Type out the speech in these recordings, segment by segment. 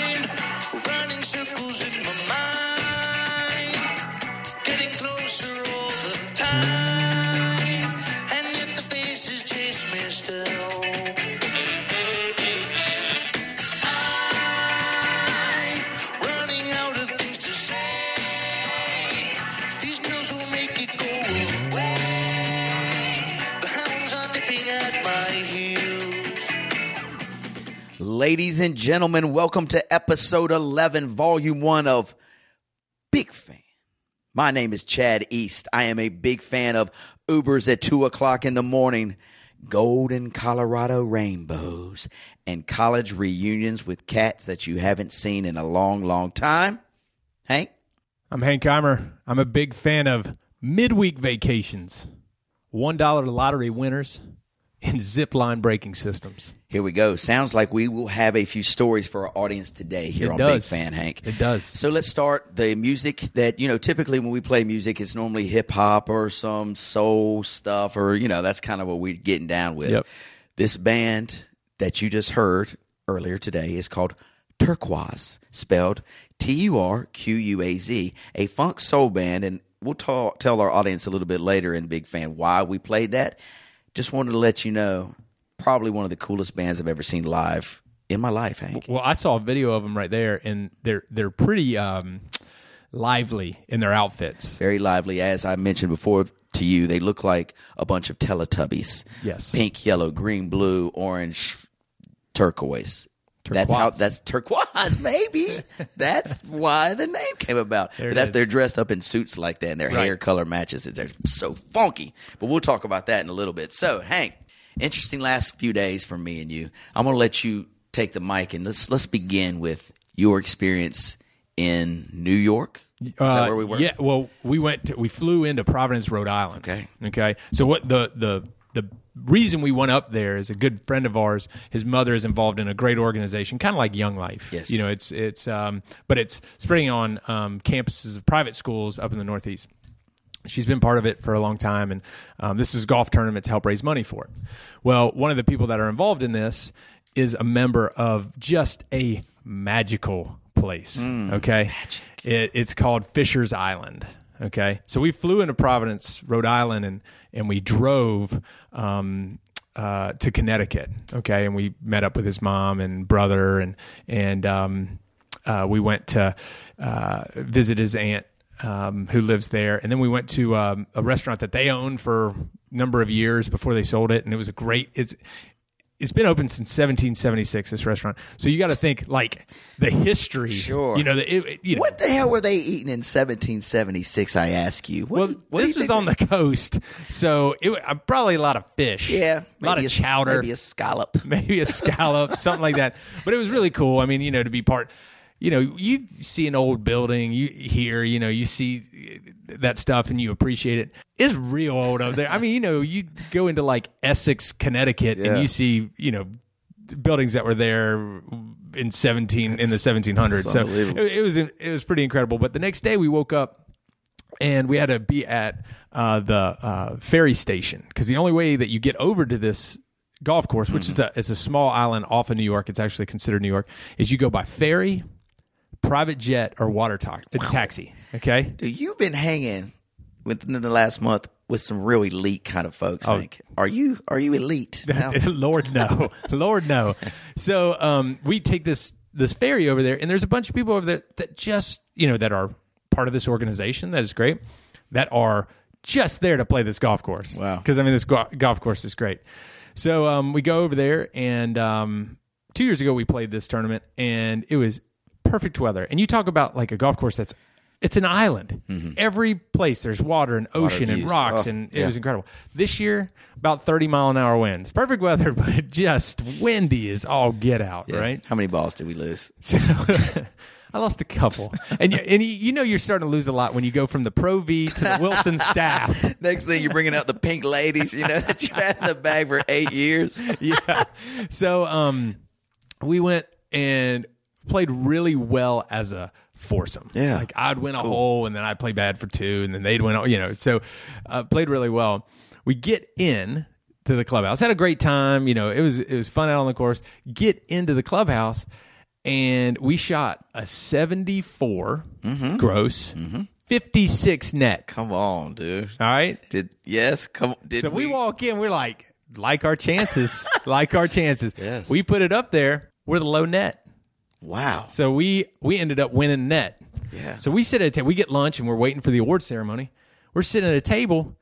Running circles in my mind. Getting closer all the time. And yet the faces chase me still. I'm running out of things to say. These pills will make it go away. The hounds are nipping at my heels. Ladies and gentlemen, welcome to episode 11, volume 1 of Big Fan. My name is Chad East. I am a big fan of Ubers at 2 o'clock in the morning, golden Colorado rainbows, and college reunions with cats that you haven't seen in a long, long time. Hank? I'm Hank Eimer. I'm a big fan of midweek vacations, $1 lottery winners, and zip line braking systems. Here we go. Sounds like we will have a few stories for our audience today here It on Big does. Fan Hank. It does. So let's start the music that, you know, typically when we play music, it's normally hip hop or some soul stuff or, you know, that's kind of what we're getting down with. Yep. This band that you just heard earlier today is called Turquoise, spelled T U R Q U A Z, a funk soul band. And we'll ta- tell our audience a little bit later in Big Fan why we played that. Just wanted to let you know, probably one of the coolest bands I've ever seen live in my life, Hank. Well, I saw a video of them right there, and they're, they're pretty um, lively in their outfits. very lively. As I mentioned before to you, they look like a bunch of Teletubbies. Yes. Pink, yellow, green, blue, orange, turquoise. That's how Turquoise. that's turquoise, maybe. that's why the name came about. it but that's is. they're dressed up in suits like that and their Right. hair color matches it. They're so funky. But we'll talk about that in a little bit. So, Hank, interesting last few days for me and you. I'm gonna let you take the mic and let's let's begin with your experience in New York. Is that Uh, where we were? Yeah. Well, we went. To, we flew into Providence, Rhode Island. Okay. Okay. So what the the the reason we went up there is a good friend of ours. His mother is involved in a great organization, kind of like Young Life. Yes. You know, it's it's um, but it's spreading on um, campuses of private schools up in the Northeast. She's been part of it for a long time, and um, this is golf tournament to help raise money for it. Well, one of the people that are involved in this is a member of just a magical place. okay, It, it's called Fisher's Island. Okay, so we flew into Providence, Rhode Island, and and we drove um, uh, to Connecticut. Okay, and we met up with his mom and brother, and and um, uh, we went to uh, visit his aunt um, who lives there, and then we went to um, a restaurant that they owned for a number of years before they sold it, and it was a great. It's it's been open since 1776. This restaurant, so you got to think like the history. Sure. you know the it, it- you know, What the hell were they eating in 1776? I ask you. What, Well, what do this you was think- on the coast, so it, wa- uh, probably a lot of fish. yeah, a lot maybe of chowder. maybe a scallop. maybe a scallop, something like that. But it was really cool. I mean, you know, to be part, you know, you see an old building, you hear, you know, you see that stuff and you appreciate it. It's real old up there. I mean, you know, you go into like Essex, Connecticut, Yeah. and you see, you know, buildings that were there in 17 in the 1700s. So it, unbelievable. it was it was pretty incredible. But the next day we woke up and we had to be at uh, the uh, ferry station because the only way that you get over to this golf course, which is a it's a small island off of New York, it's actually considered New York, is you go by ferry, private jet, or water ta- taxi. Okay, Dude, you've been hanging within the last month with some real elite kind of folks. Oh. Hank. Are you are you elite? now? Lord no, Lord no. So um, we take this this ferry over there, and there's a bunch of people over there that just you know that are part of this organization that is great, that are just there to play this golf course. Wow. Because I mean, this go- golf course is great. So um, we go over there, and um, two years ago we played this tournament, and it was perfect weather. And you talk about like a golf course that's it's an island. Every place there's water and ocean and views. rocks, Mm-hmm. Oh, and it yeah. was incredible. This year, about 30 mile an hour winds. Perfect weather, but just windy is all get out, right? How many balls did we lose? So I lost a couple, and you, and you- you know you're starting to lose a lot when you go from the Pro V to the Wilson staff. Next thing you're bringing out the pink ladies, you know, that you had in the bag for eight years. Yeah. So um, we went and played really well as a foursome. Yeah. Like I'd win a hole, and then I'd play bad for two, and then they'd win. all- You know, so uh, played really well. We get in to the clubhouse. Had a great time. You know, it was it was fun out on the course. Get into the clubhouse, and we shot a seventy gross, fifty six net. Mm-hmm. Come on, dude. All right. Did yes? Come did So we walk in, we're like, like our chances, like our chances. Yes. We put it up there. We're the low net. Wow. So we we ended up winning net. Yeah. So we sit at a table. We get lunch and we're waiting for the award ceremony. We're sitting at a table,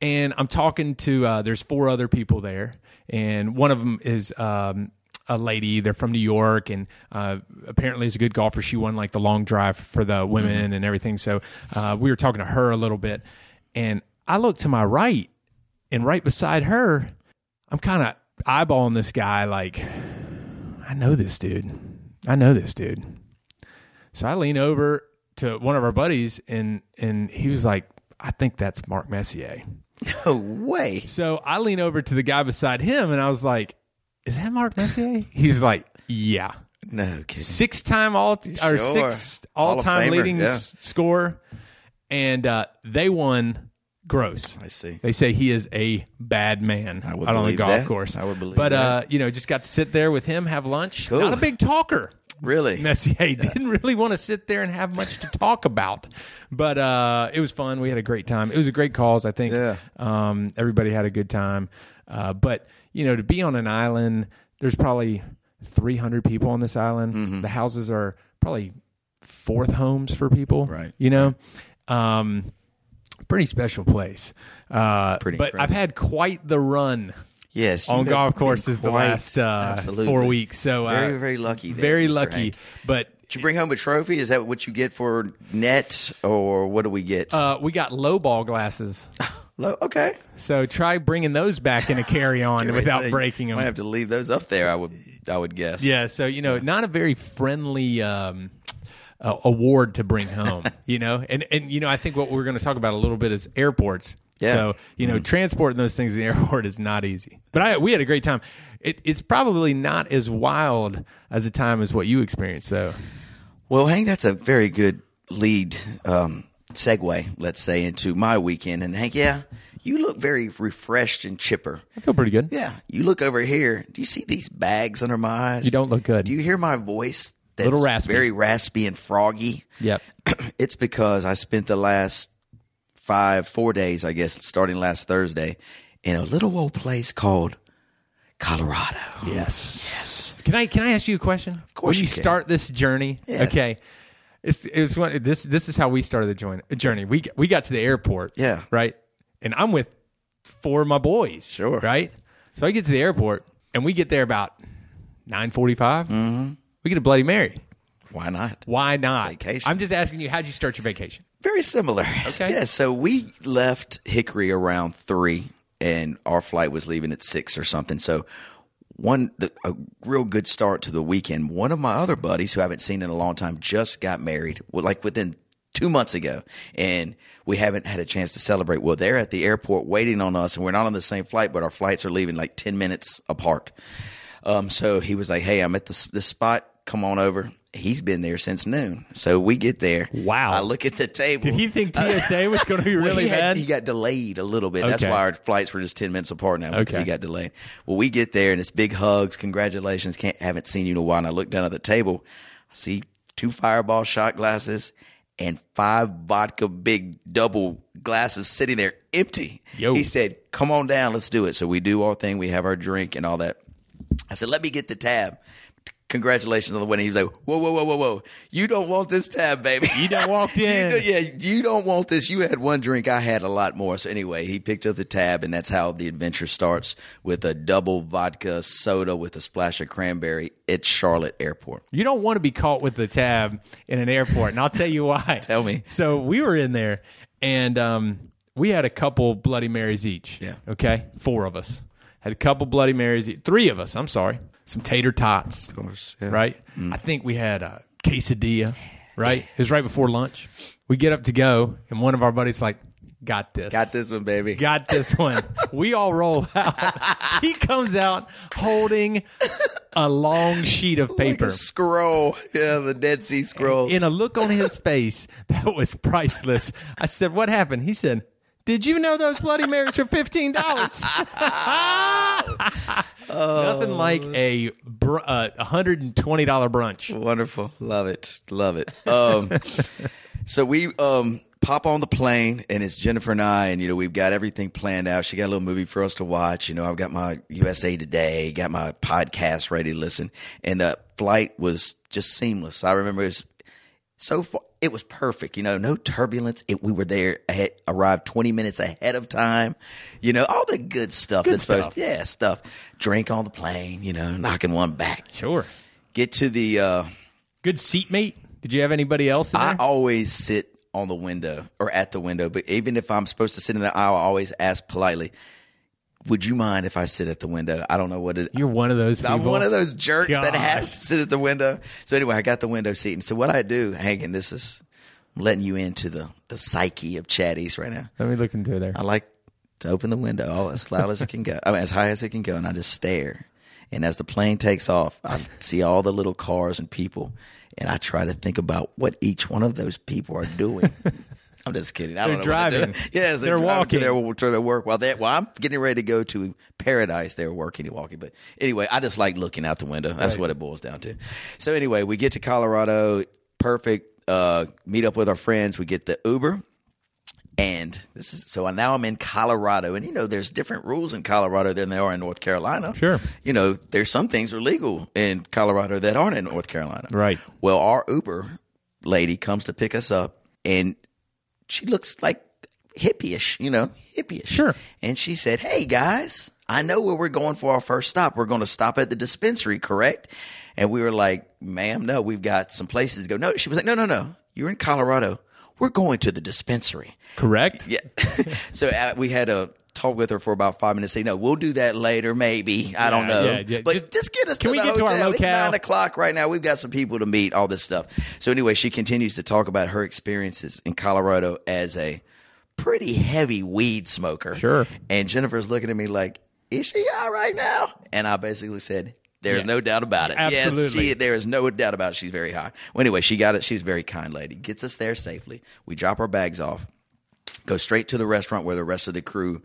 and I'm talking to. Uh, there's four other people there, and one of them is. Um, a lady, they're from New York, and uh, apparently is a good golfer. She won like the long drive for the women and everything. So uh, we were talking to her a little bit, and I look to my right, and right beside her, I'm kind of eyeballing this guy. Like, I know this dude. I know this dude. So I lean over to one of our buddies and and he was like, I think that's Mark Messier. No way. So I lean over to the guy beside him and I was like, Is that Mark Messier? He's like, Yeah. No kidding. Six time all Sure. or six Hall of all time Famer, leading yeah. s- scorer. And uh, they won gross. I see. They say he is a bad man I would out on the believe golf that. course. I would believe But that. uh, you know, just got to sit there with him, have lunch. Cool. Not a big talker. Really? Messier didn't really want to sit there and have much to talk about, but uh, it was fun. We had a great time. It was a great cause. I think Yeah. um, everybody had a good time. Uh, but you know, to be on an island, there's probably 300 people on this island. Mm-hmm. The houses are probably fourth homes for people. Right. You know, um, pretty special place. Uh, Pretty but incredible. I've had quite the run Yes. on you've golf been courses the quite- last uh, absolutely. four weeks. So uh, Very, very lucky there, very Mr. lucky. Hank. But Did you bring home a trophy? Is that what you get for net, or what do we get? uh, we got low ball glasses, Lo- okay. so try bringing those back in a carry on without Seriously, breaking them. Might have to leave those up there. I would. I would guess. yeah, so you know, not a very friendly. Um, uh, award to bring home, you know, and and you know, I think what we're going to talk about a little bit is airports. Yeah. Mm-hmm. So you know, transporting those things to the airport is not easy, but I we had a great time. It, it's probably not as wild as the time as what you experienced, though. Well, Hank, that's a very good lead um, segue, let's say, into my weekend. And Hank, yeah, you look very refreshed and chipper. I feel pretty good. Yeah, you look over here. Do you see these bags under my eyes? You don't look good. Do you hear my voice? That's Little raspy. Very raspy and froggy. Yep. it's because I spent the last five, four days, I guess, starting last Thursday, in a little old place called Colorado. Yes. Yes. Can I can I ask you a question? Of course When you you can. start this journey, Yes. okay. It's it's one this this is how we started the join, journey. We we got to the airport. Yeah. Right. And I'm with four of my boys. Sure. Right. So I get to the airport and we get there about nine Mm-hmm. We get a Bloody Mary. Why not? Why not? vacation. I'm just asking you. How'd you start your vacation? Very similar. Okay. Yeah. So we left Hickory around three, and our flight was leaving at six or something. So one the, a real good start to the weekend. One of my other buddies who I haven't seen in a long time just got married, well, like within two months ago, and we haven't had a chance to celebrate. Well, they're at the airport waiting on us, and we're not on the same flight, but our flights are leaving like ten minutes apart. Um, so he was like, "Hey, I'm at this this spot. Come on over." He's been there since noon. So we get there. Wow. I look at the table. Did he think TSA was going to be Uh, Well, really he, had- bad? he got delayed a little bit. That's Okay. why our flights were just ten minutes apart now because he Okay. got delayed. Well, we get there and it's big hugs, congratulations. Can't haven't seen you in a while. And I look down at the table, I see two fireball shot glasses and five vodka big double glasses sitting there empty. Yo. He said, "Come on down, let's do it." So we do our thing. We have our drink and all that. I said, "Let me get the tab." Congratulations on the win. And He was like, "Whoa, whoa, whoa, whoa, whoa! You don't want this tab, baby. You done walked You in. don't- yeah, you don't want this. You had one drink. I had a lot more. So anyway, he picked up the tab, and that's how the adventure starts with a double vodka soda with a splash of cranberry at Charlotte Airport. You don't want to be caught with the tab in an airport, and I'll tell you why. Tell me. So we were in there, and um, we had a couple Bloody Marys each. Yeah. Okay, four of us had a couple Bloody Marys. e- Three of us. I'm sorry. Some tater tots. Of course, yeah. Mm. Right. I think we had a quesadilla, right? It was right before lunch. We get up to go, and one of our buddies like, "Got this, Got this one, baby. got this one." we all roll out. he comes out holding a long sheet of Like paper. a scroll. Yeah, the Dead Sea Scrolls. in a look on his face that was priceless. I said, "What happened?" He said, "Did you know those Bloody Marys are fifteen dollars?" Nothing like a br- uh, hundred and twenty dollar brunch. Wonderful. Love it. Love it. Um, so we um, pop on the plane, and it's Jennifer and I, and you know we've got everything planned out. She got a little movie for us to watch. You know, I've got my USA Today, got my podcast ready to listen, and the flight was just seamless. I remember it was so far it was perfect you know no turbulence it, we were there ahead, arrived 20 minutes ahead of time you know all the good stuff that's supposed to yeah stuff drink on the plane you know knocking one back Sure, get to the uh good seatmate. Did you have anybody else in I there? always sit on the window or at the window, but even if I'm supposed to sit in the aisle, I always ask politely, "Would you mind if I sit at the window?" I don't know what it. You're one of those people. I'm one of those jerks that Gosh. has to sit at the window. So anyway, I got the window seat, and so what I do, Hagen, this is I'm letting you into the the psyche of Chaddies right now. Let me look into there. I like to open the window all as loud as it can go, I mean, as high as it can go, and I just stare. And as the plane takes off, I see all the little cars and people, and I try to think about what each one of those people are doing. I'm just kidding. I don't They're know what they're driving. doing. Yes, they're, They're walking. walking. To their, to their work. While they, well, I'm getting ready to go to paradise. They're working and walking. But anyway, I just like looking out the window. That's what it boils down to. So anyway, we get to Colorado. Perfect. Uh, meet up with our friends. We get the Uber. And this is so now I'm in Colorado, and you know there's different rules in Colorado than there are in North Carolina. Sure. you know there's some things are legal in Colorado that aren't in North Carolina. Right. Well, our Uber lady comes to pick us up, and she looks like hippie-ish, you know, hippie-ish. Sure. And she said, "Hey guys, I know where we're going for our first stop. We're going to stop at the dispensary, correct?" And we were like, "Ma'am, no, we've got some places to go." No, she was like, "No, no, no. You're in Colorado. We're going to the dispensary." Correct. Yeah. so uh, we had a talk with her for about five minutes. Say, no, we'll do that later, maybe. I don't Yeah, know. yeah, yeah. But just, Just- get us can to we the get to hotel. our It's locale? nine o'clock right now. We've got some people to meet, all this stuff. So anyway, she continues to talk about her experiences in Colorado as a pretty heavy weed smoker. Sure. And Jennifer's looking at me like, is she all right now? And I basically said, there's no doubt about it. Yes, Absolutely. she there is no doubt about it. She's very high. Well, anyway, she got it. She's a very kind lady. Gets us there safely. We drop our bags off. Go straight to the restaurant where the rest of the crew,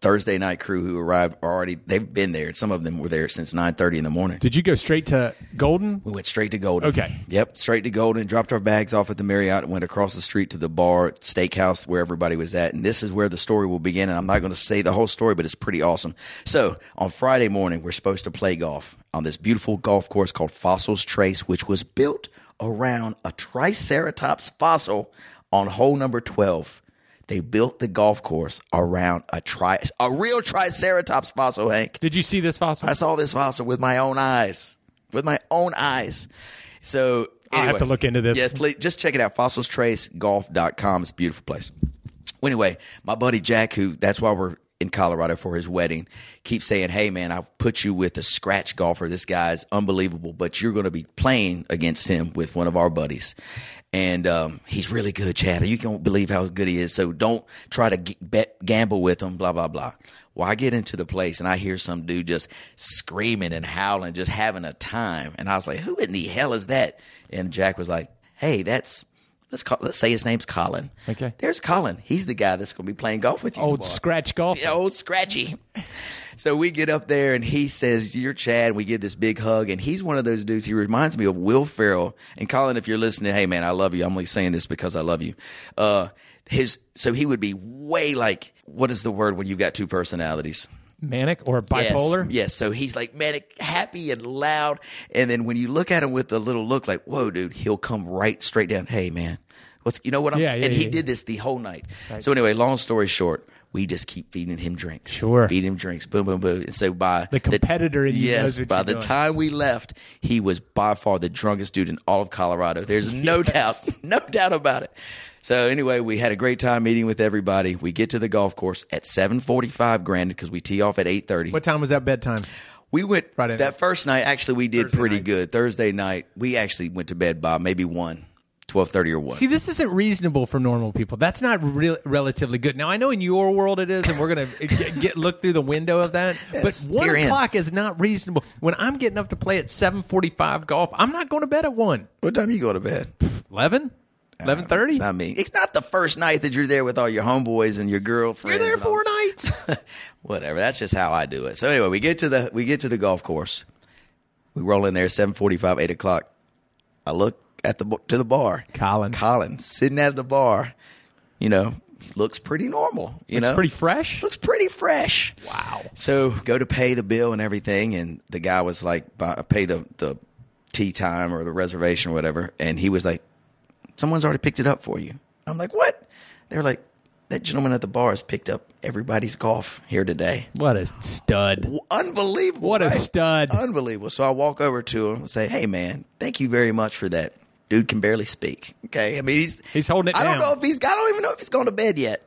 Thursday night crew who arrived, are already. They've been there. Some of them were there since nine thirty in the morning. Did you go straight to Golden? We went straight to Golden. Okay. Yep, straight to Golden. Dropped our bags off at the Marriott and went across the street to the bar, steakhouse, where everybody was at. And this is where the story will begin. And I'm not going to say the whole story, but it's pretty awesome. So on Friday morning, we're supposed to play golf on this beautiful golf course called Fossils Trace, which was built around a Triceratops fossil on hole number 12. They built the golf course around a tri- a real Triceratops fossil, Hank. Did you see this fossil? I saw this fossil with my own eyes, with my own eyes. So I'll have anyway. to look into this. Yes, please just check it out. Fossilstracegolf.com. It's a beautiful place. Well, anyway, my buddy Jack, who that's why we're in Colorado for his wedding, keeps saying, Hey man, I've put you with a scratch golfer. This guy's unbelievable, but you're gonna be playing against him with one of our buddies. And um, he's really good, Chad. You can't believe how good he is. So don't try to g- bet, gamble with him, blah, blah, blah. Well, I get into the place and I hear some dude just screaming and howling, just having a time. And I was like, who in the hell is that? And Jack was like, hey, that's, let's call, let's say his name's Colin. Okay. There's Colin. He's the guy that's going to be playing golf with you. Old tomorrow. scratch golf. Yeah, old Scratchy. So we get up there and he says, You're Chad. We give this big hug. And he's one of those dudes. He reminds me of Will Ferrell. And Colin, if you're listening, hey, man, I love you. I'm only saying this because I love you. Uh, his So he would be way like, what is the word when you've got two personalities? Manic or Yes, bipolar? Yes, So he's like manic, happy and loud. And then when you look at him with the little look, like, whoa, dude, he'll come right straight down. Hey, man, what's, you know what I'm, Yeah, yeah, and he yeah, did this the whole night. So anyway, long story short, we just keep feeding him drinks. Sure. Feed him drinks. Boom, boom, boom. And so by The competitor in you yes, knows what by you're the doing. time we left, he was by far the drunkest dude in all of Colorado. There's no doubt, no doubt about it. So anyway, we had a great time meeting with everybody. We get to the golf course at 7:45 granted because we tee off at 8:30. What time was that bedtime? We went Friday that night. first night. Actually, we did pretty good. Thursday night, we actually went to bed by maybe one, twelve thirty or one. See, this isn't reasonable for normal people. That's not re- relatively good. Now, I know in your world it is, and we're gonna get, get look through the window of that. Yes, but one you're in. o'clock is not reasonable. When I'm getting up to play at seven forty-five golf, I'm not going to bed at one. what time you go to bed? 11? 11.30? I mean, it's Uh, not the first night that you're there with all your homeboys and your girlfriends. You're there and all- four nights. whatever. That's just how I do it. So anyway, we get to the we get to the golf course. We roll in there seven forty five, eight o'clock. I look at the to the bar. Colin. Colin sitting at the bar. You know, looks pretty normal. You It's know, pretty fresh. looks pretty fresh. Wow. So go to pay the bill and everything, and the guy was like, "Buy- "Pay the the tea time or the reservation or whatever," and he was like, "Someone's already picked it up for you." I'm like, "What?" They were like, "That gentleman at the bar has picked up everybody's golf here today." What a stud. Unbelievable! What a right? stud. Unbelievable. So I walk over to him and say, "Hey, man, thank you very much for that." Dude can barely speak. Okay, I mean he's He's holding it I down. don't know if he's. I don't even know if he's going to bed yet.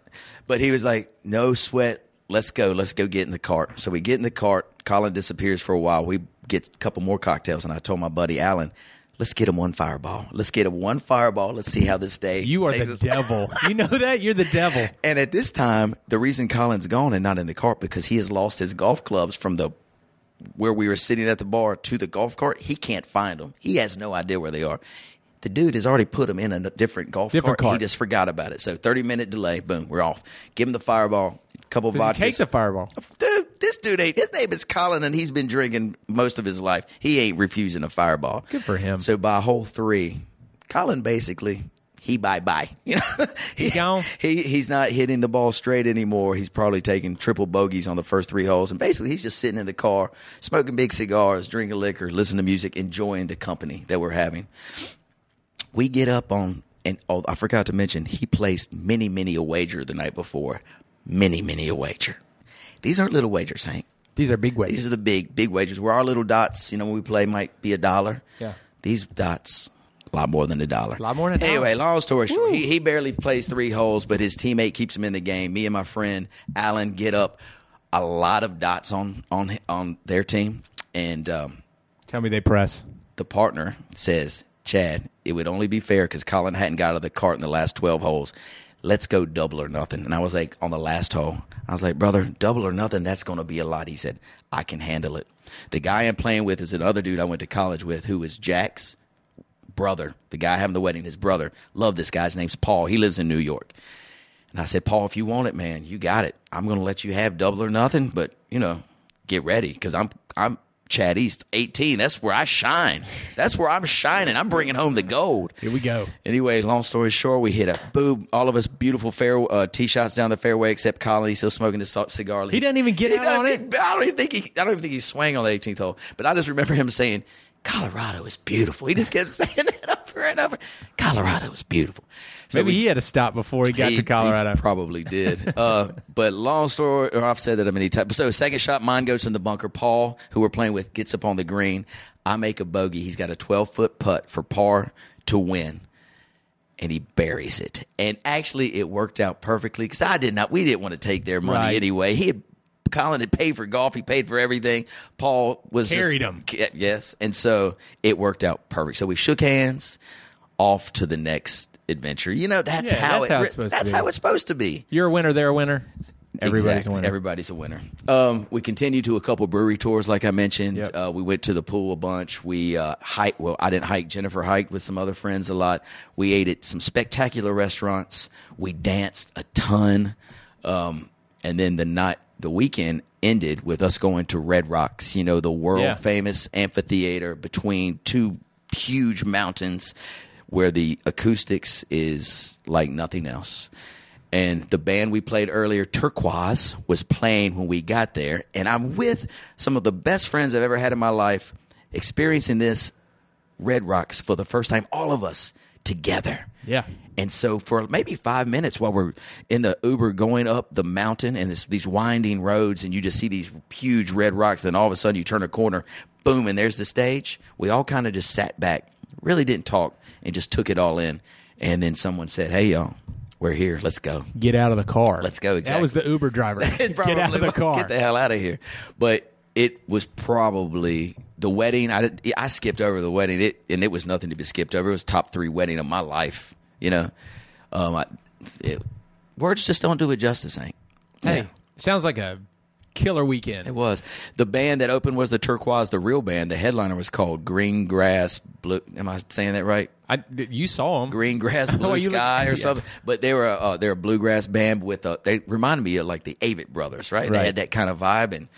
But he was like, "No sweat. Let's go. Let's go get in the cart." So we get in the cart. Colin disappears for a while. We get a couple more cocktails, and I told my buddy Alan, "Let's get him one fireball. Let's get him one fireball. Let's see how this day You are takes the us." devil. you know that? You're the devil. And at this time, the reason Colin's gone and not in the cart because he has lost his golf clubs from the where we were sitting at the bar to the golf cart. He can't find them. He has no idea where they are. The dude has already put them in a different golf Different cart. cart. He just forgot about it. So thirty minute delay. Boom, we're off. Give him the fireball. Couple Does vodkas. he take the fireball? dude, this dude ain't. His name is Colin, and he's been drinking most of his life. He ain't refusing a fireball. Good for him. So by hole three, Colin basically he bye bye. You know, he, gone. He he's not hitting the ball straight anymore. He's probably taking triple bogeys on the first three holes, and basically he's just sitting in the car, smoking big cigars, drinking liquor, listening to music, enjoying the company that we're having. We get up on, and oh, I forgot to mention, he placed many, many a wager the night before. Many, many a wager. These aren't little wagers, Hank. These are big These ways. are the big, big wagers where our little dots, you know, when we play might be a dollar. Yeah. These dots, a lot more than a dollar. A Lot more than a dollar. Anyway, long story short, he, he barely plays three holes, but his teammate keeps him in the game. Me and my friend Alan get up a lot of dots on on on their team, and um, Tell me they press. the partner says, Chad, it would only be fair because Colin hadn't got out of the cart in the last 12 holes. Let's go double or nothing. And I was like, on the last hole, I was like, brother, double or nothing, that's going to be a lot. He said, I can handle it. The guy I'm playing with is another dude I went to college with who is Jack's brother, the guy having the wedding, his brother. Love this guy's name's Paul. He lives in New York. And I said, Paul, if you want it, man, you got it. I'm going to let you have double or nothing, but you know, get ready because I'm I'm Chad East, 18. That's where I shine. That's where I'm shining. I'm bringing home the gold. Here we go. Anyway, long story short, we hit a boom. All of us beautiful fair uh, tee shots down the fairway, except Colin. He's still smoking his so- cigar. He doesn't even get out doesn't on get- I don't even think he. I don't even think he swang on the 18th hole. But I just remember him saying, "Colorado is beautiful." He just kept saying that over and over. Colorado is beautiful. So Maybe we- he had to stop before he got he- to Colorado. he probably did. uh, but long story, or I've said that a many times. So second shot, mine goes in the bunker. Paul, who we're playing with, gets up on the green. I make a bogey. He's got a 12 foot putt for par to win. And he buries it. And actually, it worked out perfectly because I did not, we didn't want to take their money Right. anyway. He had, Colin had paid for golf. He paid for everything. Paul was just- Carried him. Ca- Yes. And so it worked out perfect. So we shook hands off to the next adventure. You know, that's Yeah, how that's it, how it's supposed to that's be. how it's supposed to be. You're a winner, they're a winner. Everybody's Exactly. a winner. Everybody's a winner. Um, we continued to a couple brewery tours, like I mentioned. Yep. Uh, we went to the pool a bunch. We uh, hiked. Well, I didn't hike. Jennifer hiked with some other friends a lot. We ate at some spectacular restaurants. We danced a ton. Um, and then the night, the weekend ended with us going to Red Rocks. You know, the world Yeah. famous amphitheater between two huge mountains, where the acoustics is like nothing else and the band we played earlier, Turquoise, was playing when we got there. And I'm with some of the best friends I've ever had in my life, experiencing this Red Rocks for the first time, all of us together. Yeah. And so for maybe five minutes while we're in the Uber going up the mountain and this, these winding roads, and you just see these huge red rocks, then all of a sudden you turn a corner, boom, and there's the stage. We all kind of just sat back, really didn't talk, and just took it all in. And then someone said, "Hey y'all, we're here. Let's go." Get out of the car. Let's go, That was the Uber driver. It Get out of probably the was, car. Get the hell out of here. But it was probably the wedding. I did, I skipped over the wedding. It and it was nothing to be skipped over. It was top three wedding of my life. You know, um, I, it, words just don't do it justice, Hank. Hey, Yeah. sounds like a killer weekend. It was the band that opened was the Turquoise, the real band. The headliner was called Green Grass Blue. Am I saying that right? I, you saw him. Green Grass Oh, Blue you look- Sky or yeah. something. But they were a, uh, they're a bluegrass band with a, they reminded me of like the Avett Brothers, right? They Right. had that kind of vibe and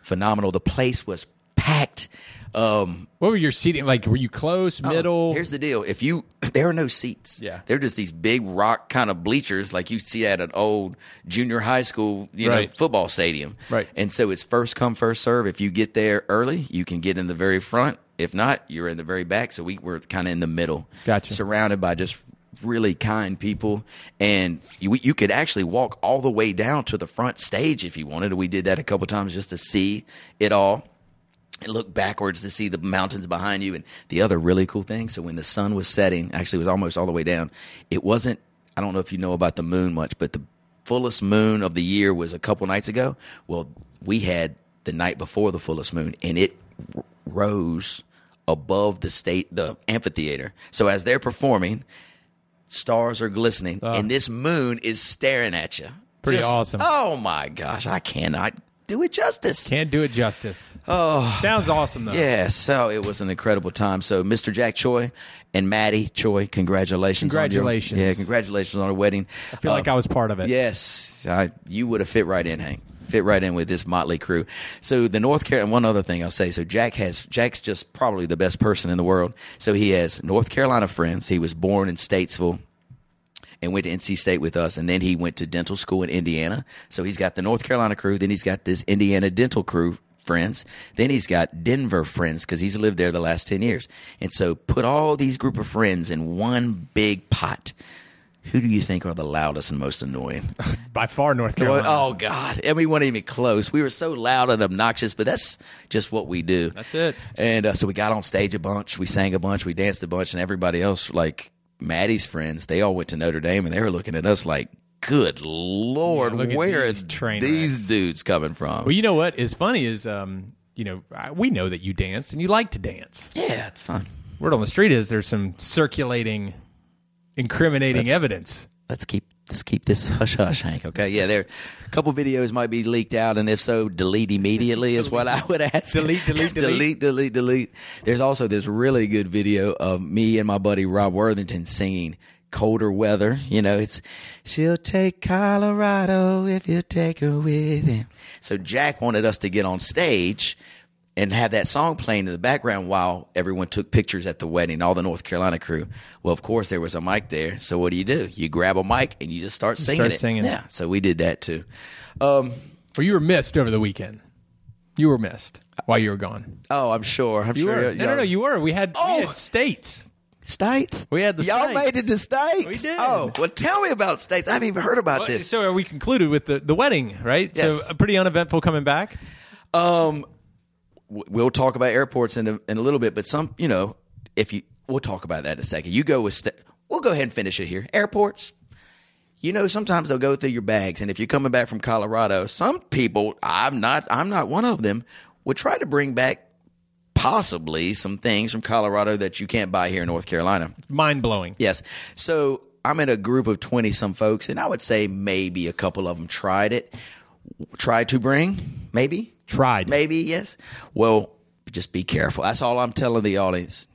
phenomenal. The place was packed. Um, What were your seating like? Were you close, middle? Oh, Here's the deal: if you, there are no seats. Yeah. they're just these big rock kind of bleachers, like you see at an old junior high school, you know, Right. football stadium. Right. And so it's first come, first serve. If you get there early, you can get in the very front. If not, you're in the very back. So we were kind of in the middle. Gotcha. Surrounded by just really kind people, and you you could actually walk all the way down to the front stage if you wanted. We did that a couple times just to see it all and look backwards to see the mountains behind you. And the other really cool thing, so when the sun was setting, actually it was almost all the way down, it wasn't I don't know if you know about the moon much, but the fullest moon of the year was a couple nights ago. Well, we had the night before the fullest moon and it r- rose above the state the amphitheater. So as they're performing, stars are glistening and this moon is staring at you. Ah. Pretty awesome. Oh my gosh, I cannot do it justice. Can't do it justice. Oh, sounds awesome though. Yeah, so it was an incredible time. So, Mr. Jack Choi and Maddie Choi, congratulations! on your- Congratulations. yeah, congratulations on the wedding. I feel like I was part of it. Yes, I, you would have fit right in, Hank. Fit right in with this motley crew. So the North Carolina. One other thing I'll say. So Jack has Jack's just probably the best person in the world. So he has North Carolina friends. He was born in Statesville and went to NC State with us, and then he went to dental school in Indiana. So he's got the North Carolina crew, then he's got this Indiana dental crew friends, then he's got Denver friends because he's lived there the last ten years. And so put all these group of friends in one big pot. Who do you think are the loudest and most annoying? By far, North Carolina. Oh God! And we weren't even close. We were so loud and obnoxious, but that's just what we do. That's it. And uh, so we got on stage a bunch. We sang a bunch. We danced a bunch, and everybody else, like Maddie's friends, they all went to Notre Dame, and they were looking at us like, "Good Lord, look at where is these train these dudes coming from?" Well, you know what is funny is, um, you know, I- we know that you dance and you like to dance. yeah, it's fun. Word on the street is there's some circulating, incriminating evidence. Let's keep let's keep this hush hush, Hank. Okay, yeah. There, a couple videos might be leaked out, and if so, delete immediately is what I would ask. Delete, delete, delete, delete. delete, delete. There's also this really good video of me and my buddy Rob Worthington singing "Colder Weather." You know, it's "She'll take Colorado if you take her with him." So Jack wanted us to get on stage. And have that song playing in the background while everyone took pictures at the wedding, all the North Carolina crew. Well, of course, there was a mic there. So, what do you do? You grab a mic and you just start singing. start it. singing it. Yeah. So, we did that too. Well, you were missed over the weekend. You were missed while you were gone. Oh, I'm sure. I'm sure. No, y'all- no, no. You were. We had, Oh! we had states. States? We had the Y'all States. made it to States? We did. Oh, well, tell me about States. I haven't even heard about Well, this. So we concluded with the, the wedding, right? Yes. So uh, pretty uneventful coming back. W- We'll talk about airports in a, in a little bit, but some, you know, if you, we'll talk about that in a second. You go with, sta- we'll go ahead and finish it here. Airports. You know, sometimes they'll go through your bags, and if you're coming back from Colorado, some people, I'm not, I'm not one of them, would try to bring back possibly some things from Colorado that you can't buy here in North Carolina. Mind blowing. Yes. So I'm in a group of 20 some folks, and I would say maybe a couple of them tried it, tried to bring, maybe, Tried. maybe, yes. Well, just be careful. That's all I'm telling the audience.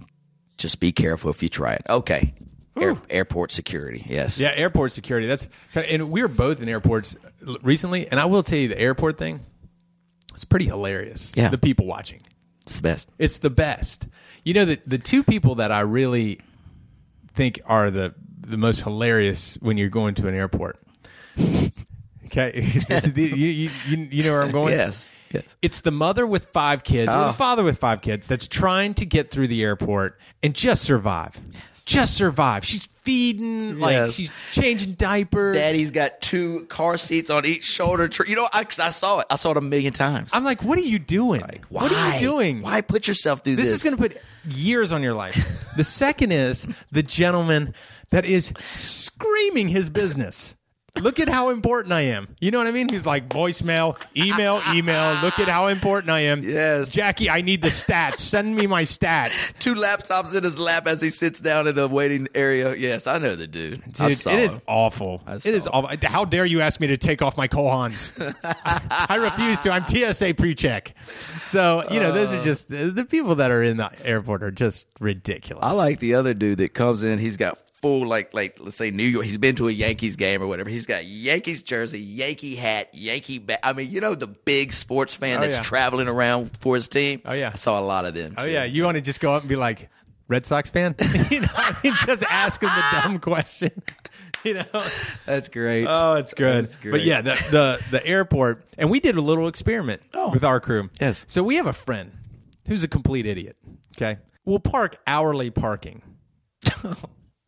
Just be careful if you try it. Okay. Air, airport security. Yes. Hmm. Yeah, airport security. That's and we were both in airports l- recently, and I will tell you the airport thing. It's pretty hilarious. Yeah. the people watching. It's the best. It's the best. You know the the two people that I really think are the the most hilarious when you're going to an airport. Okay, This is the- you, you, you- you know where I'm going. Yes. Oh. Yes. It's the mother with five kids or the father with five kids that's trying to get through the airport and just survive. Just survive. She's feeding, like Yes. she's changing diapers. Daddy's got two car seats on each shoulder. Tr- you know, I, 'cause I saw it. I saw it a million times. I'm like, what are you doing? Why? What are you doing? Why put yourself through this? This, is going to put years on your life. the second is the gentleman that is screaming his business Look at how important I am. You know what I mean? He's like voicemail, email, email. Look at how important I am. Yes. Jackie, I need the stats. Send me my stats. Two laptops in his lap as he sits down in the waiting area. Yes, I know the dude. I Dude, saw it is him. awful. It is awful. How dare you ask me to take off my Kohans? I refuse to. I'm TSA pre-check. So you know, those Uh. are just the people that are in the airport are just ridiculous. I like the other dude that comes in. He's got full like like let's say New York. He's been to a Yankees game or whatever. He's got Yankees jersey, Yankee hat, Yankee bat. I mean, you know the big sports fan that's Oh, yeah. traveling around for his team. Oh, yeah. I saw a lot of them. Oh yeah, you want to just go up and be like Red Sox fan? you know, I mean, just ask them the dumb question. You know, that's great. oh, it's good. That's great. But yeah, the, the the airport, and we did a little experiment with our crew. Yes. So we have a friend who's a complete idiot. Okay, we'll park hourly parking.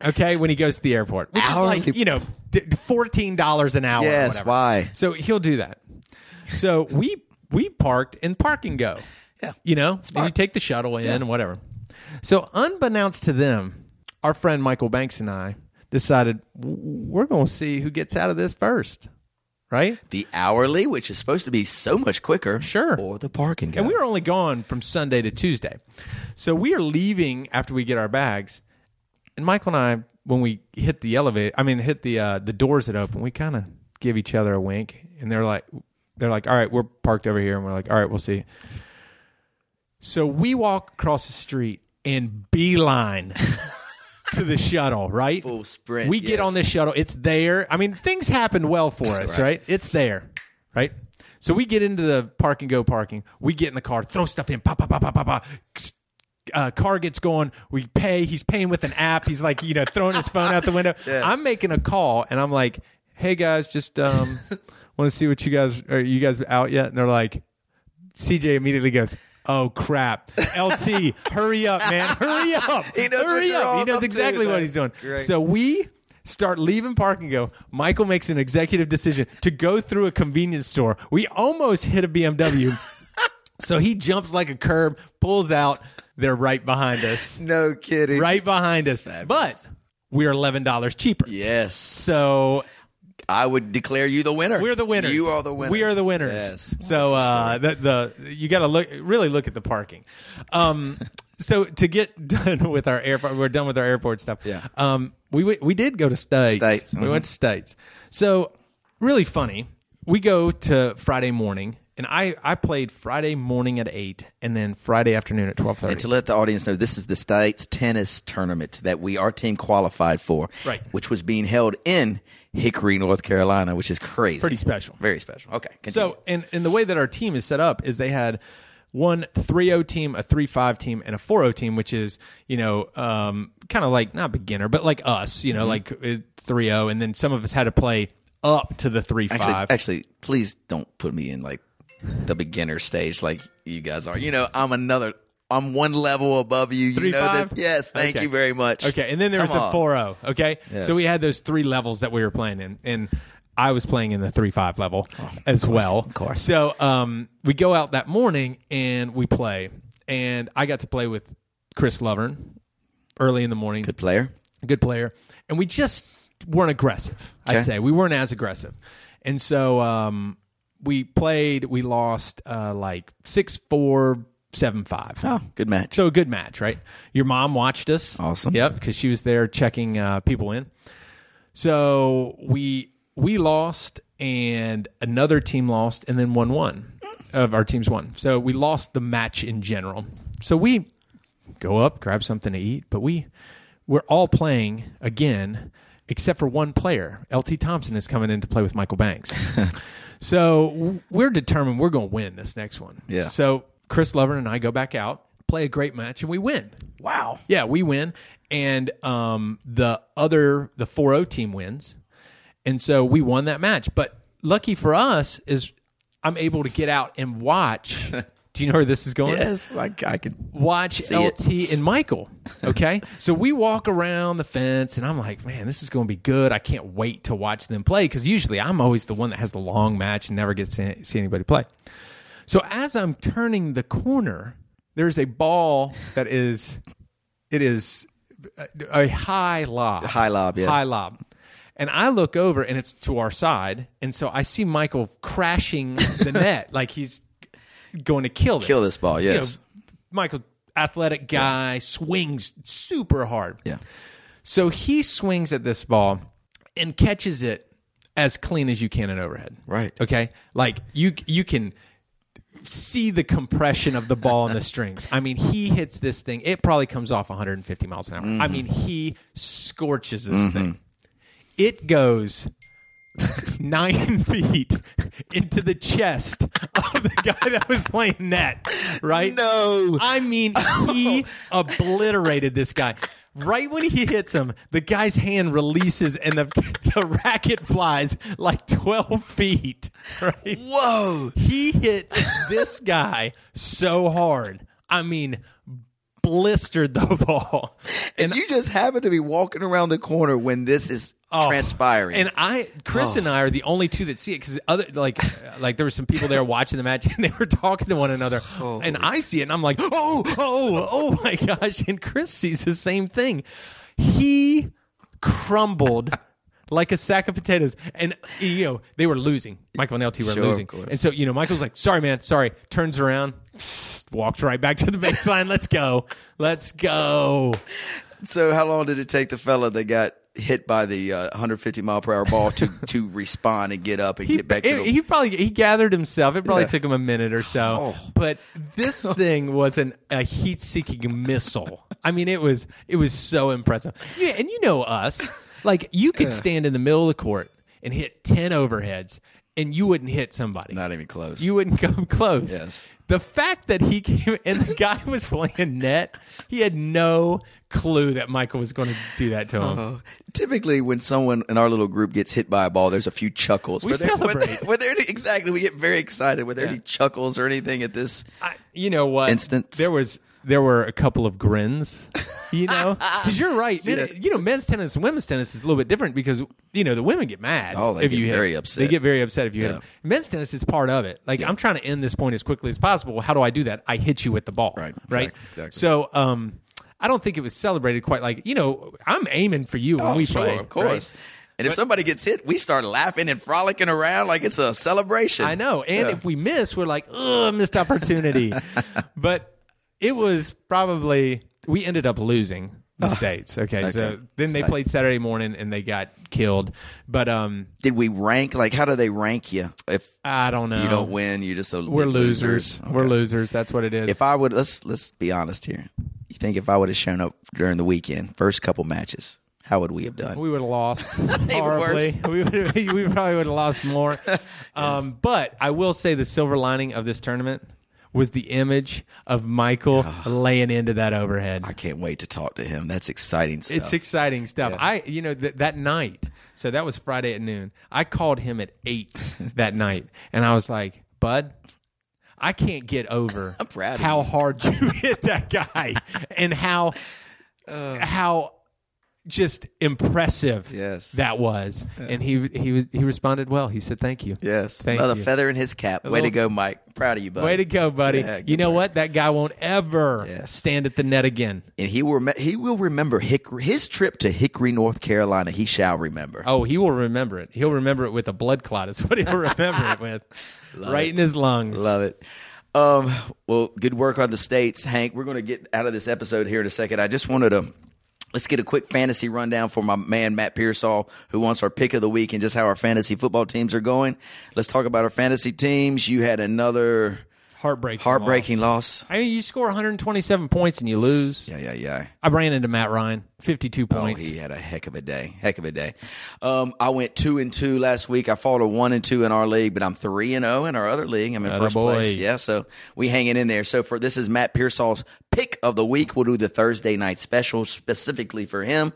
okay, when he goes to the airport, which is like Hourly- you know d- fourteen dollars an hour. or Yes, whatever. why? So he'll do that. So we we parked in park and go. Yeah. You know, and you take the shuttle in and whatever. So unbeknownst to them, our friend Michael Banks and I decided w- we're going to see who gets out of this first. Right? the hourly, which is supposed to be so much quicker, Sure. or the parking. Go. And we were only gone from Sunday to Tuesday. So we are leaving after we get our bags. And Michael and I, when we hit the elevator, I mean, hit the uh, the doors that open, we kind of give each other a wink. And they're like, they're like, all right, we're parked over here. And we're like, all right, we'll see. So we walk across the street and beeline to the shuttle, right? Full sprint, We get yes. on this shuttle. It's there. I mean, things happened well for us, right. It's there, right? So we get into the park and go parking. We get in the car, throw stuff in, pop, pop, pop, pop, pop, pop. Uh, car gets going. We pay. He's paying with an app. He's like, you know, throwing his phone out the window. I'm making a call, and I'm like, "Hey guys, just um, want to see what you guys are. You guys out yet?" And they're like, CJ immediately goes, "Oh crap, LT, hurry up, man, hurry up, He knows what hurry you're up." all He knows up to. exactly what he's doing. That's great. So we start leaving park and go. Michael makes an executive decision to go through a convenience store. We almost hit a BMW, so he jumps like a curb, pulls out. They're right behind us, no kidding. right behind us. Fabulous. But we are eleven dollars cheaper. Yes. So I would declare you the winner. we're the winners. You are the winners. We are the winners. Yes. So uh, the the you got to look really look at the parking. Um, so to get done with our airport, we're done with our airport stuff. Yeah. Um, we w- we did go to states. States, mm-hmm. We went to states. So really funny. We go to Friday morning, and I I played Friday morning at eight, and then Friday afternoon at twelve And thirty. to let the audience know, this is the state's tennis tournament that we our team qualified for, Right. Which was being held in Hickory, North Carolina, which is crazy, Pretty special. very special. Okay, continue. So, and, and the way that our team is set up is they had one 3 team, a 3 5 team, and a 4 0 team, which is, you know, um, kind of like not beginner, but like us, you know, Mm-hmm. like 3 0. And then some of us had to play up to the 3 actually, 5. actually, please don't put me in like the beginner stage, like you guys are. You know, I'm another. I'm one level above you. Three you know five? this. Yes, thank Okay. you very much. Okay, and then there was Come the on. four zero. Okay, Yes. so we had those three levels that we were playing in, and I was playing in the three five level as well. Of Oh, course. So um, we go out that morning and we play, and I got to play with Chris Lovern early in the morning. Good player. good player, and we just weren't aggressive. Okay. I'd say we weren't as aggressive, and so um, we played. We lost uh, like six four seven five. Oh, good match. So a good match, right? Your mom watched us. Awesome. Yep, because she was there checking uh, people in. So we we lost, and another team lost, and then one one of our teams won. So we lost the match in general. So we go up, grab something to eat, but we we're all playing again, except for one player. LT Thompson is coming in to play with Michael Banks. so w- we're determined we're going to win this next one. Yeah. So Chris Lovern and I go back out, play a great match, and we win. wow. Yeah, we win, and um, the other the 4-0 team wins, and so we won that match. But lucky for us is I'm able to get out and watch. Do you know where this is going? Yes, like I could. watch it. LT and Michael. Okay. so we walk around the fence and I'm like, man, this is going to be good. I can't wait to watch them play because usually I'm always the one that has the long match and never gets to see anybody play. So as I'm turning the corner, there's a ball that is, it is a a high lob. High lob, yes. High lob. And I look over and it's to our side. And so I see Michael crashing the net like he's going to kill this. Kill this ball, You know, yes. Michael, athletic guy, swings super hard. Yeah. So he swings at this ball and catches it as clean as you can in overhead. Right. Okay. Like you you can see the compression of the ball in the strings. I mean, he hits this thing. It probably comes off 150 miles an hour. Mm-hmm. I mean, he scorches this thing. It goes nine feet into the chest of the guy that was playing net, right? No. I mean, he obliterated this guy. Right when he hits him, the guy's hand releases and the, the racket flies like 12 feet. Right? Whoa. He hit this guy so hard. I mean, blistered the ball. And, you just happen to be walking around the corner when this is transpiring. Oh, And I, Chris Oh. and I are the only two that see it because other like like there were some people there watching the match and they were talking to one another, Oh, and I see it and I'm like, oh oh oh my gosh! And Chris sees the same thing. He crumbled. Like a sack of potatoes, and you know they were losing. Michael and LT were Sure, of losing, course. and so you know Michael's like, "Sorry, man, sorry." Turns around, walks right back to the baseline. Let's go, let's go. so, how long did it take the fella that got hit by the uh, 150 mile per hour ball to to respond and get up and get back to it- the? he probably he gathered himself. It probably Yeah. Oh. took him a minute or so. But this thing was an, a heat-seeking missile. I mean, it was it was so impressive. Yeah, and you know us, like you could stand in the middle of the court and hit ten overheads, and you wouldn't hit somebody. Not even close. You wouldn't come close. Yes. The fact that he came and the guy was playing net, he had no clue that Michael was going to do that to Uh-huh. him. Typically, when someone in our little group gets hit by a ball, there's a few chuckles. We Were there- were there- celebrate. were there any- exactly, we get very excited. Were there Yeah. any chuckles or anything at this? I, you know what? Instance. There was there were a couple of grins. You know, because you're right. Men- You know, men's tennis and women's tennis is a little bit different because you know the women get mad. Oh, they if get you hit very them. upset. They get very upset if you hit Yeah. them. Men's tennis is part of it. Like I'm trying to end this point as quickly as possible. How do I do that? I hit you with the ball. Right, Right. exact- exactly. So, um, I don't think it was celebrated quite like you know. I'm aiming for you when Oh, we sure, play. of course. right? And if somebody gets hit, we start laughing and frolicking around like it's a celebration. I know. And if we miss, we're like, ugh, missed opportunity. but it was probably we ended up losing the states. Okay, so Ah, okay. then they played Saturday morning and they got killed. But um, Did we rank? Like, how do they rank you? If I don't know. you don't win, you just a We're losers. We're losers. That's what it is. If I would, let's let's be honest here. You think if I would have shown up during the weekend, first couple matches, how would we have done? we would have lost horribly. worse. We, would've, we probably would have lost more. Um, but I will say the silver lining of this tournament was the image of Michael laying into that overhead. I can't wait to talk to him. That's exciting stuff. It's exciting stuff. I, you know, th- that night. So that was Friday at noon. I called him at eight that night, and I was like, "Bud, I can't get over I'm proud of how hard you hit that guy, and how how just impressive Yes. that was." And he he was he responded well. He said, "Thank you, yes, thank another you." feather in his cap. Way to little- go, Mike. Proud of you, buddy. Way to go, buddy. Yeah, you good know what? That guy won't ever Yes. stand at the net again. and he will rem- he will remember Hickory, his trip to Hickory, North Carolina. He shall remember. Oh, he will remember it. He'll remember it with a blood clot. Is what he'll remember it with, right in his lungs. Love it. Um, well, good work on the states, Hank. We're going to get out of this episode here in a second. I just wanted to let's get a quick fantasy rundown for my man Matt Pearsall, who wants our pick of the week and just how our fantasy football teams are going. Let's talk about our fantasy teams. You had another Heartbreaking. heartbreaking loss. loss. I mean, you score 127 points and you lose. Yeah, yeah, yeah. I ran into Matt Ryan, 52 Oh, points. he had a heck of a day. Heck of a day. Um, I went two and two last week. I fought a one and two in our league, but I'm three and zero in our other league. I'm in first Attaboy. place. Yeah, so we hanging in there. So for this is Matt Pearsall's pick of the week. We'll do the Thursday night special specifically for him.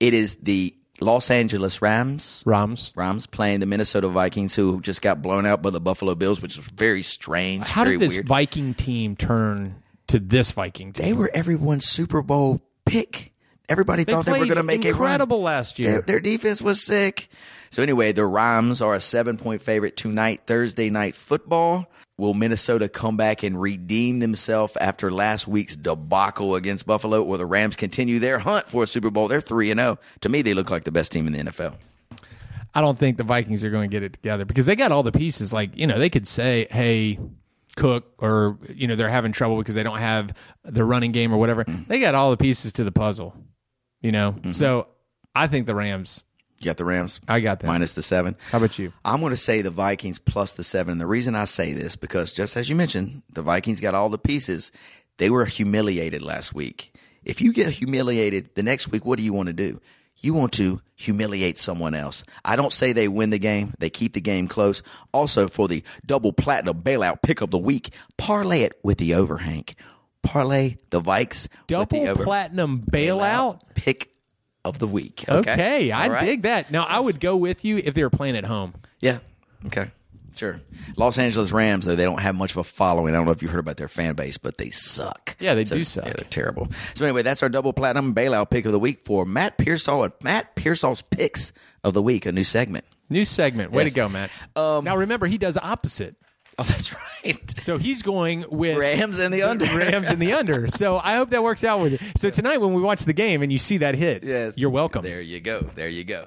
It is the Los Angeles Rams. Rams. Rams playing the Minnesota Vikings, who just got blown out by the Buffalo Bills, which was very strange. How very did this weird. Viking team turn to this Viking team? they were everyone's Super Bowl pick. Everybody thought they were played going to make a run. incredible last year. Their, their defense was sick. So anyway, the Rams are a seven point favorite tonight, Thursday night football. Will Minnesota come back and redeem themselves after last week's debacle against oh. Buffalo, or the Rams continue their hunt for a Super Bowl? They're three and zero. To me, they look like the best team in the NFL. I don't think the Vikings are going to get it together because they got all the pieces. Like, you know, they could say, hey, Cook, or, you know, they're having trouble because they don't have the running game or whatever. Mm. They got all the pieces to the puzzle, you know? Mm-hmm. So I think the Rams, You got the Rams I got them. minus the seven. How about you? I'm going to say the Vikings plus the seven. And the reason I say this, because just as you mentioned, the Vikings got all the pieces. They were humiliated last week. If you get humiliated the next week, what do you want to do? You want to humiliate someone else. I don't say they win the game, they keep the game close. Also, for the double platinum bailout pick of the week, parlay it with the over, Hank. Parlay the Vikes with the Double over. platinum bailout? pick of the week. Okay, Okay, I All right. dig that. Now, I would go with you if they were playing at home. Yeah. Okay. Sure. Los Angeles Rams, though, they don't have much of a following. I don't know if you heard about their fan base, but they suck. Yeah, they So- do suck. Yeah, they're terrible. So anyway, that's our double platinum bailout pick of the week for Matt Pearsall and Matt Pearsall's picks of the week, a new segment. New segment. Way Yes. Um, to go, Matt. now, remember, he does the opposite. Oh, that's right. So he's going with Rams and the under. Rams and the under. So I hope that works out with you. So tonight, when we watch the game and you see that hit, Yes. you're welcome. There you go. There you go.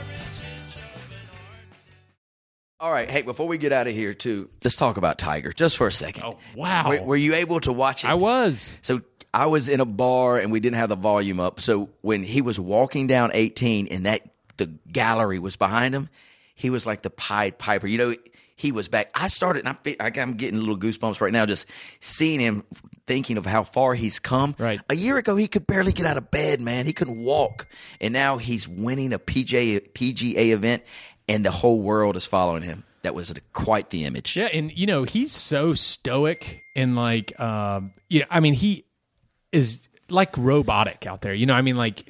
All right. Hey, before we get out of here, too, let's talk about Tiger just for a second. Oh, wow. Were, were you able to watch it? I was. So I was in a bar and we didn't have the volume up. So when he was walking down 18 and that the gallery was behind him, he was like the Pied Piper. You know, he was back. I started, and I fe- I, I'm getting little goosebumps right now just seeing him, thinking of how far he's come. Right. A year ago, he could barely get out of bed, man. He couldn't walk, and now he's winning a PJ, PGA event, and the whole world is following him. That was quite the image. Yeah, and you know he's so stoic and like, um, yeah, I mean he is like robotic out there. You know, I mean like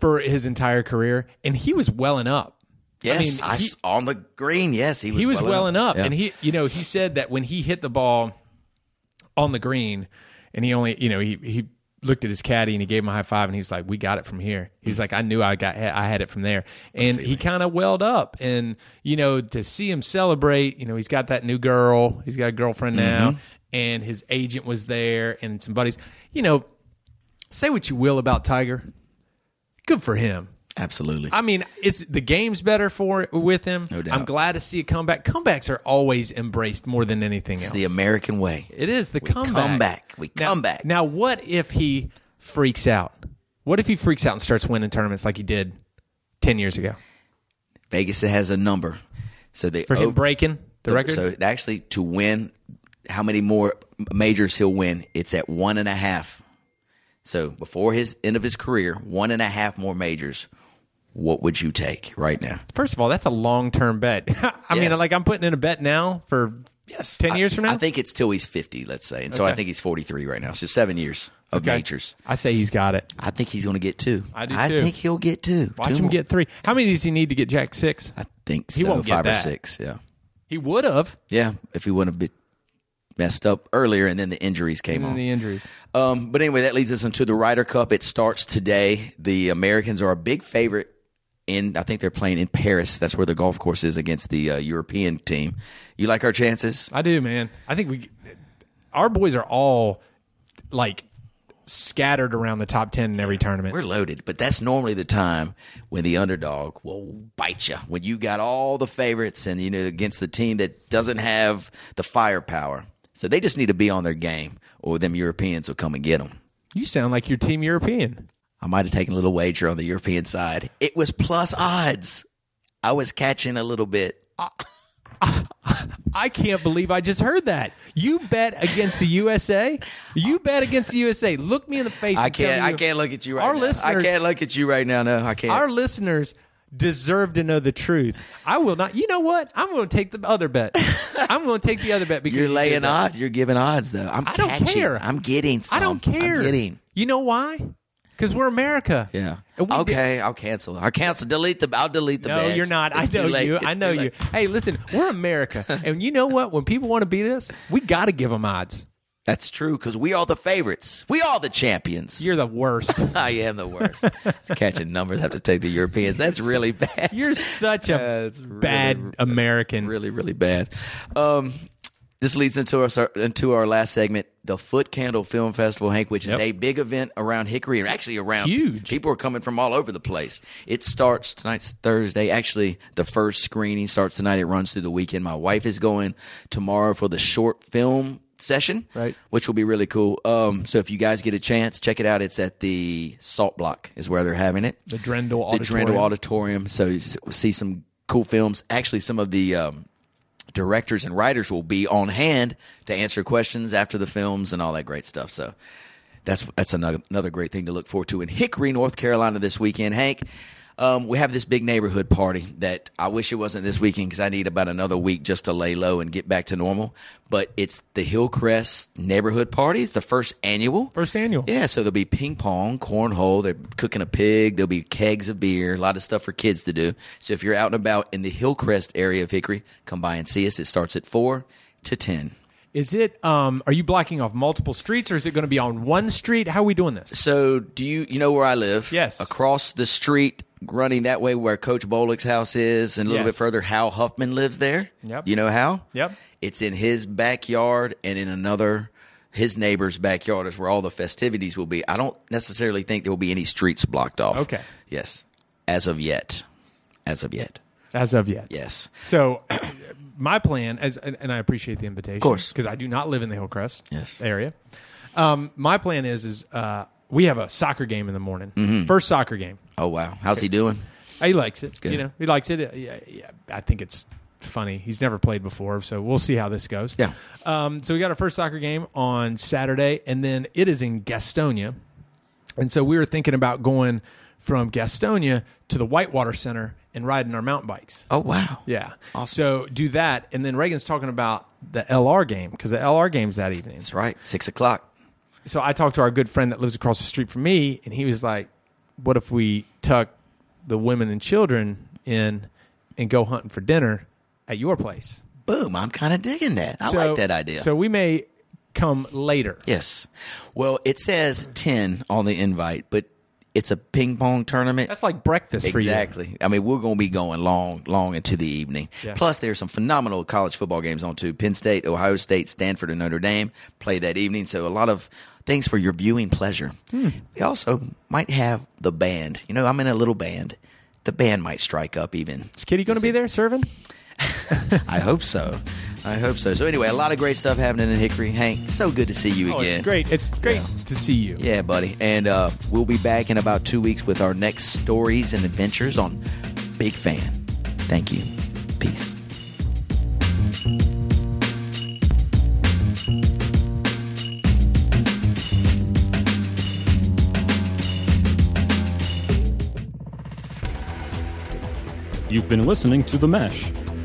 for his entire career, and he was welling up. Yes, I I mean, he- s- on the green. Yes, he was. he was welling welling up, Yeah. and he you know he said that when he hit the ball on the green and he only you know he he looked at his caddy and he gave him a high five and he was like we got it from here he's Hmm. like i knew i got i had it from there and he kind of welled up and you know to see him celebrate you know he's got that new girl he's got a girlfriend Mm-hmm. now and his agent was there and some buddies you know say what you will about tiger good for him absolutely. I mean, it's the game's better for with him. No doubt. I'm glad to see a comeback. Comebacks are always embraced more than anything else. the American way. it is the comeback. come back. We now, come back. Now, what if he freaks out? What if he freaks out and starts winning tournaments like he did ten years ago? Vegas has a number, so they For him over- breaking the, record? Oh. So actually, to win, how many more majors he'll win? It's at one and a half. So before his end of his career, one and a half more majors. What would you take right now? First of all, that's a long term bet. I mean, Yes. like I'm putting in a bet now for ten I- years from now. I think it's till he's fifty, let's say, and so I think he's forty-three right now. So seven years of Okay. majors. I say he's got it. I think he's going to get two. I do I too. think he'll get two. Watch Two him more. get three. How many does he need to get Jack six? I think He so, won't get five or that. six. Yeah. He would have. Yeah, if he wouldn't have been messed up earlier, and then the injuries came on. The injuries. um, but anyway, that leads us into the Ryder Cup. It starts today. The Americans are a big favorite. In I think they're playing in Paris. That's where the golf course is against the uh, European team. You like our chances? I do, man. I think we, our boys are all like scattered around the top ten in every tournament. We're loaded, but that's normally the time when the underdog will bite you. When you got all the favorites and you know against the team that doesn't have the firepower, so they just need to be on their game, or them Europeans will come and get them. you sound like your team European. I might have taken a little wager on the European side. It was plus odds. I was catching a little bit. I can't believe I just heard that. You bet against the USA. You bet against the USA. Look me in the face. I and tell can't. me- I can't look at you right our now. Listeners, I can't look at you right now. No, I can't. Our listeners deserve to know the truth. I will not. You know what? I'm going to take the other bet. I'm going to take the other bet because You're you did laying that. odds. You're giving odds though. I'm I don't catching. care. I'm getting. Some. I don't care. I'm getting. You know why? because we're America. Yeah. And we did- Okay, I'll cancel. I'll cancel. Delete the. I'll delete the. no, badge. you're not. It's I too know late. you. It's I too know you. late. Hey, listen, we're America, and you know what? When people want to beat us, we got to give them odds. That's true because we are the favorites. We are the champions. You're the worst. I am the worst. It's catching numbers. I have to take the Europeans. That's really bad. You're such a it's really- bad American. really, really bad. Um, this leads into our into our last segment, the Foot Candle Film Festival, Hank, which is a big event around Hickory and actually around Huge. People are coming from all over the place. It starts tonight's Thursday. Actually, the first screening starts tonight. It runs through the weekend. My wife is going tomorrow for the short film session, Right. Which will be really cool. Um, so if you guys get a chance, check it out. It's at the Salt Block is where they're having it. The Drendel The Drendel Auditorium. Auditorium. So you s- see some cool films. Actually, some of the um, directors and writers will be on hand to answer questions after the films and all that great stuff. So that's that's another another great thing to look forward to in Hickory, North Carolina this weekend, Hank. Um, we have this big neighborhood party that I wish it wasn't this weekend because I need about another week just to lay low and get back to normal. But it's the Hillcrest Neighborhood Party. It's the first annual. First annual. Yeah, so there'll be ping pong, cornhole. They're cooking a pig. There'll be kegs of beer. A lot of stuff for kids to do. So if you're out and about in the Hillcrest area of Hickory, come by and see us. It starts at four to ten. Is it? Um, are you blocking off multiple streets, or is it going to be on one street? How are we doing this? So do you you know where I live? Yes. Across the street, running that way where Coach Bolick's house is, and a little Yes. bit further, Hal Huffman lives there. Yep. You know Hal? Yep. It's in his backyard and in another his neighbor's backyard is where all the festivities will be. I don't necessarily think there will be any streets blocked off. Okay. Yes. As of yet. As of yet. As of yet, Yes. So, my plan, as and and I appreciate the invitation, of course. because I do not live in the Hillcrest Yes. area. Um, my plan is is uh, we have a soccer game in the morning, Mm-hmm. first soccer game. Oh wow. How's he doing? He likes it, Good. you know, he likes it. Uh, Yeah, yeah, I think it's funny. He's never played before, so we'll see how this goes. Yeah. Um, so we got our first soccer game on Saturday, and then it is in Gastonia, and so we were thinking about going from Gastonia to the Whitewater Center and riding our mountain bikes. Oh wow. Yeah. So do that, and then Reagan's talking about the LR game because the LR game's that evening. That's right. Six o'clock. So I talked to our good friend that lives across the street from me, and he was like, "What if we tuck the women and children in and go hunting for dinner at your place?" Boom. I'm kinda digging that. I So- like that idea. So we may come later. Yes. Well, it says 10 on the invite, but it's a ping pong tournament. That's like breakfast for you. Exactly. I mean, we're going to be going long, long into the evening. Yeah. Plus, there's some phenomenal college football games on too. Penn State, Ohio State, Stanford, and Notre Dame play that evening. So a lot of things for your viewing pleasure. Hmm. We also might have the band. You know, I'm in a little band. The band might strike up even. Is Kitty going to be there serving? I hope so. I hope so. So anyway, a lot of great stuff happening in Hickory. Hank, so good to see you Oh, again. it's great. It's great to see you. Yeah, buddy. And uh, we'll be back in about two weeks with our next stories and adventures on Big Fan. Thank you. Peace. You've been listening to The Mesh,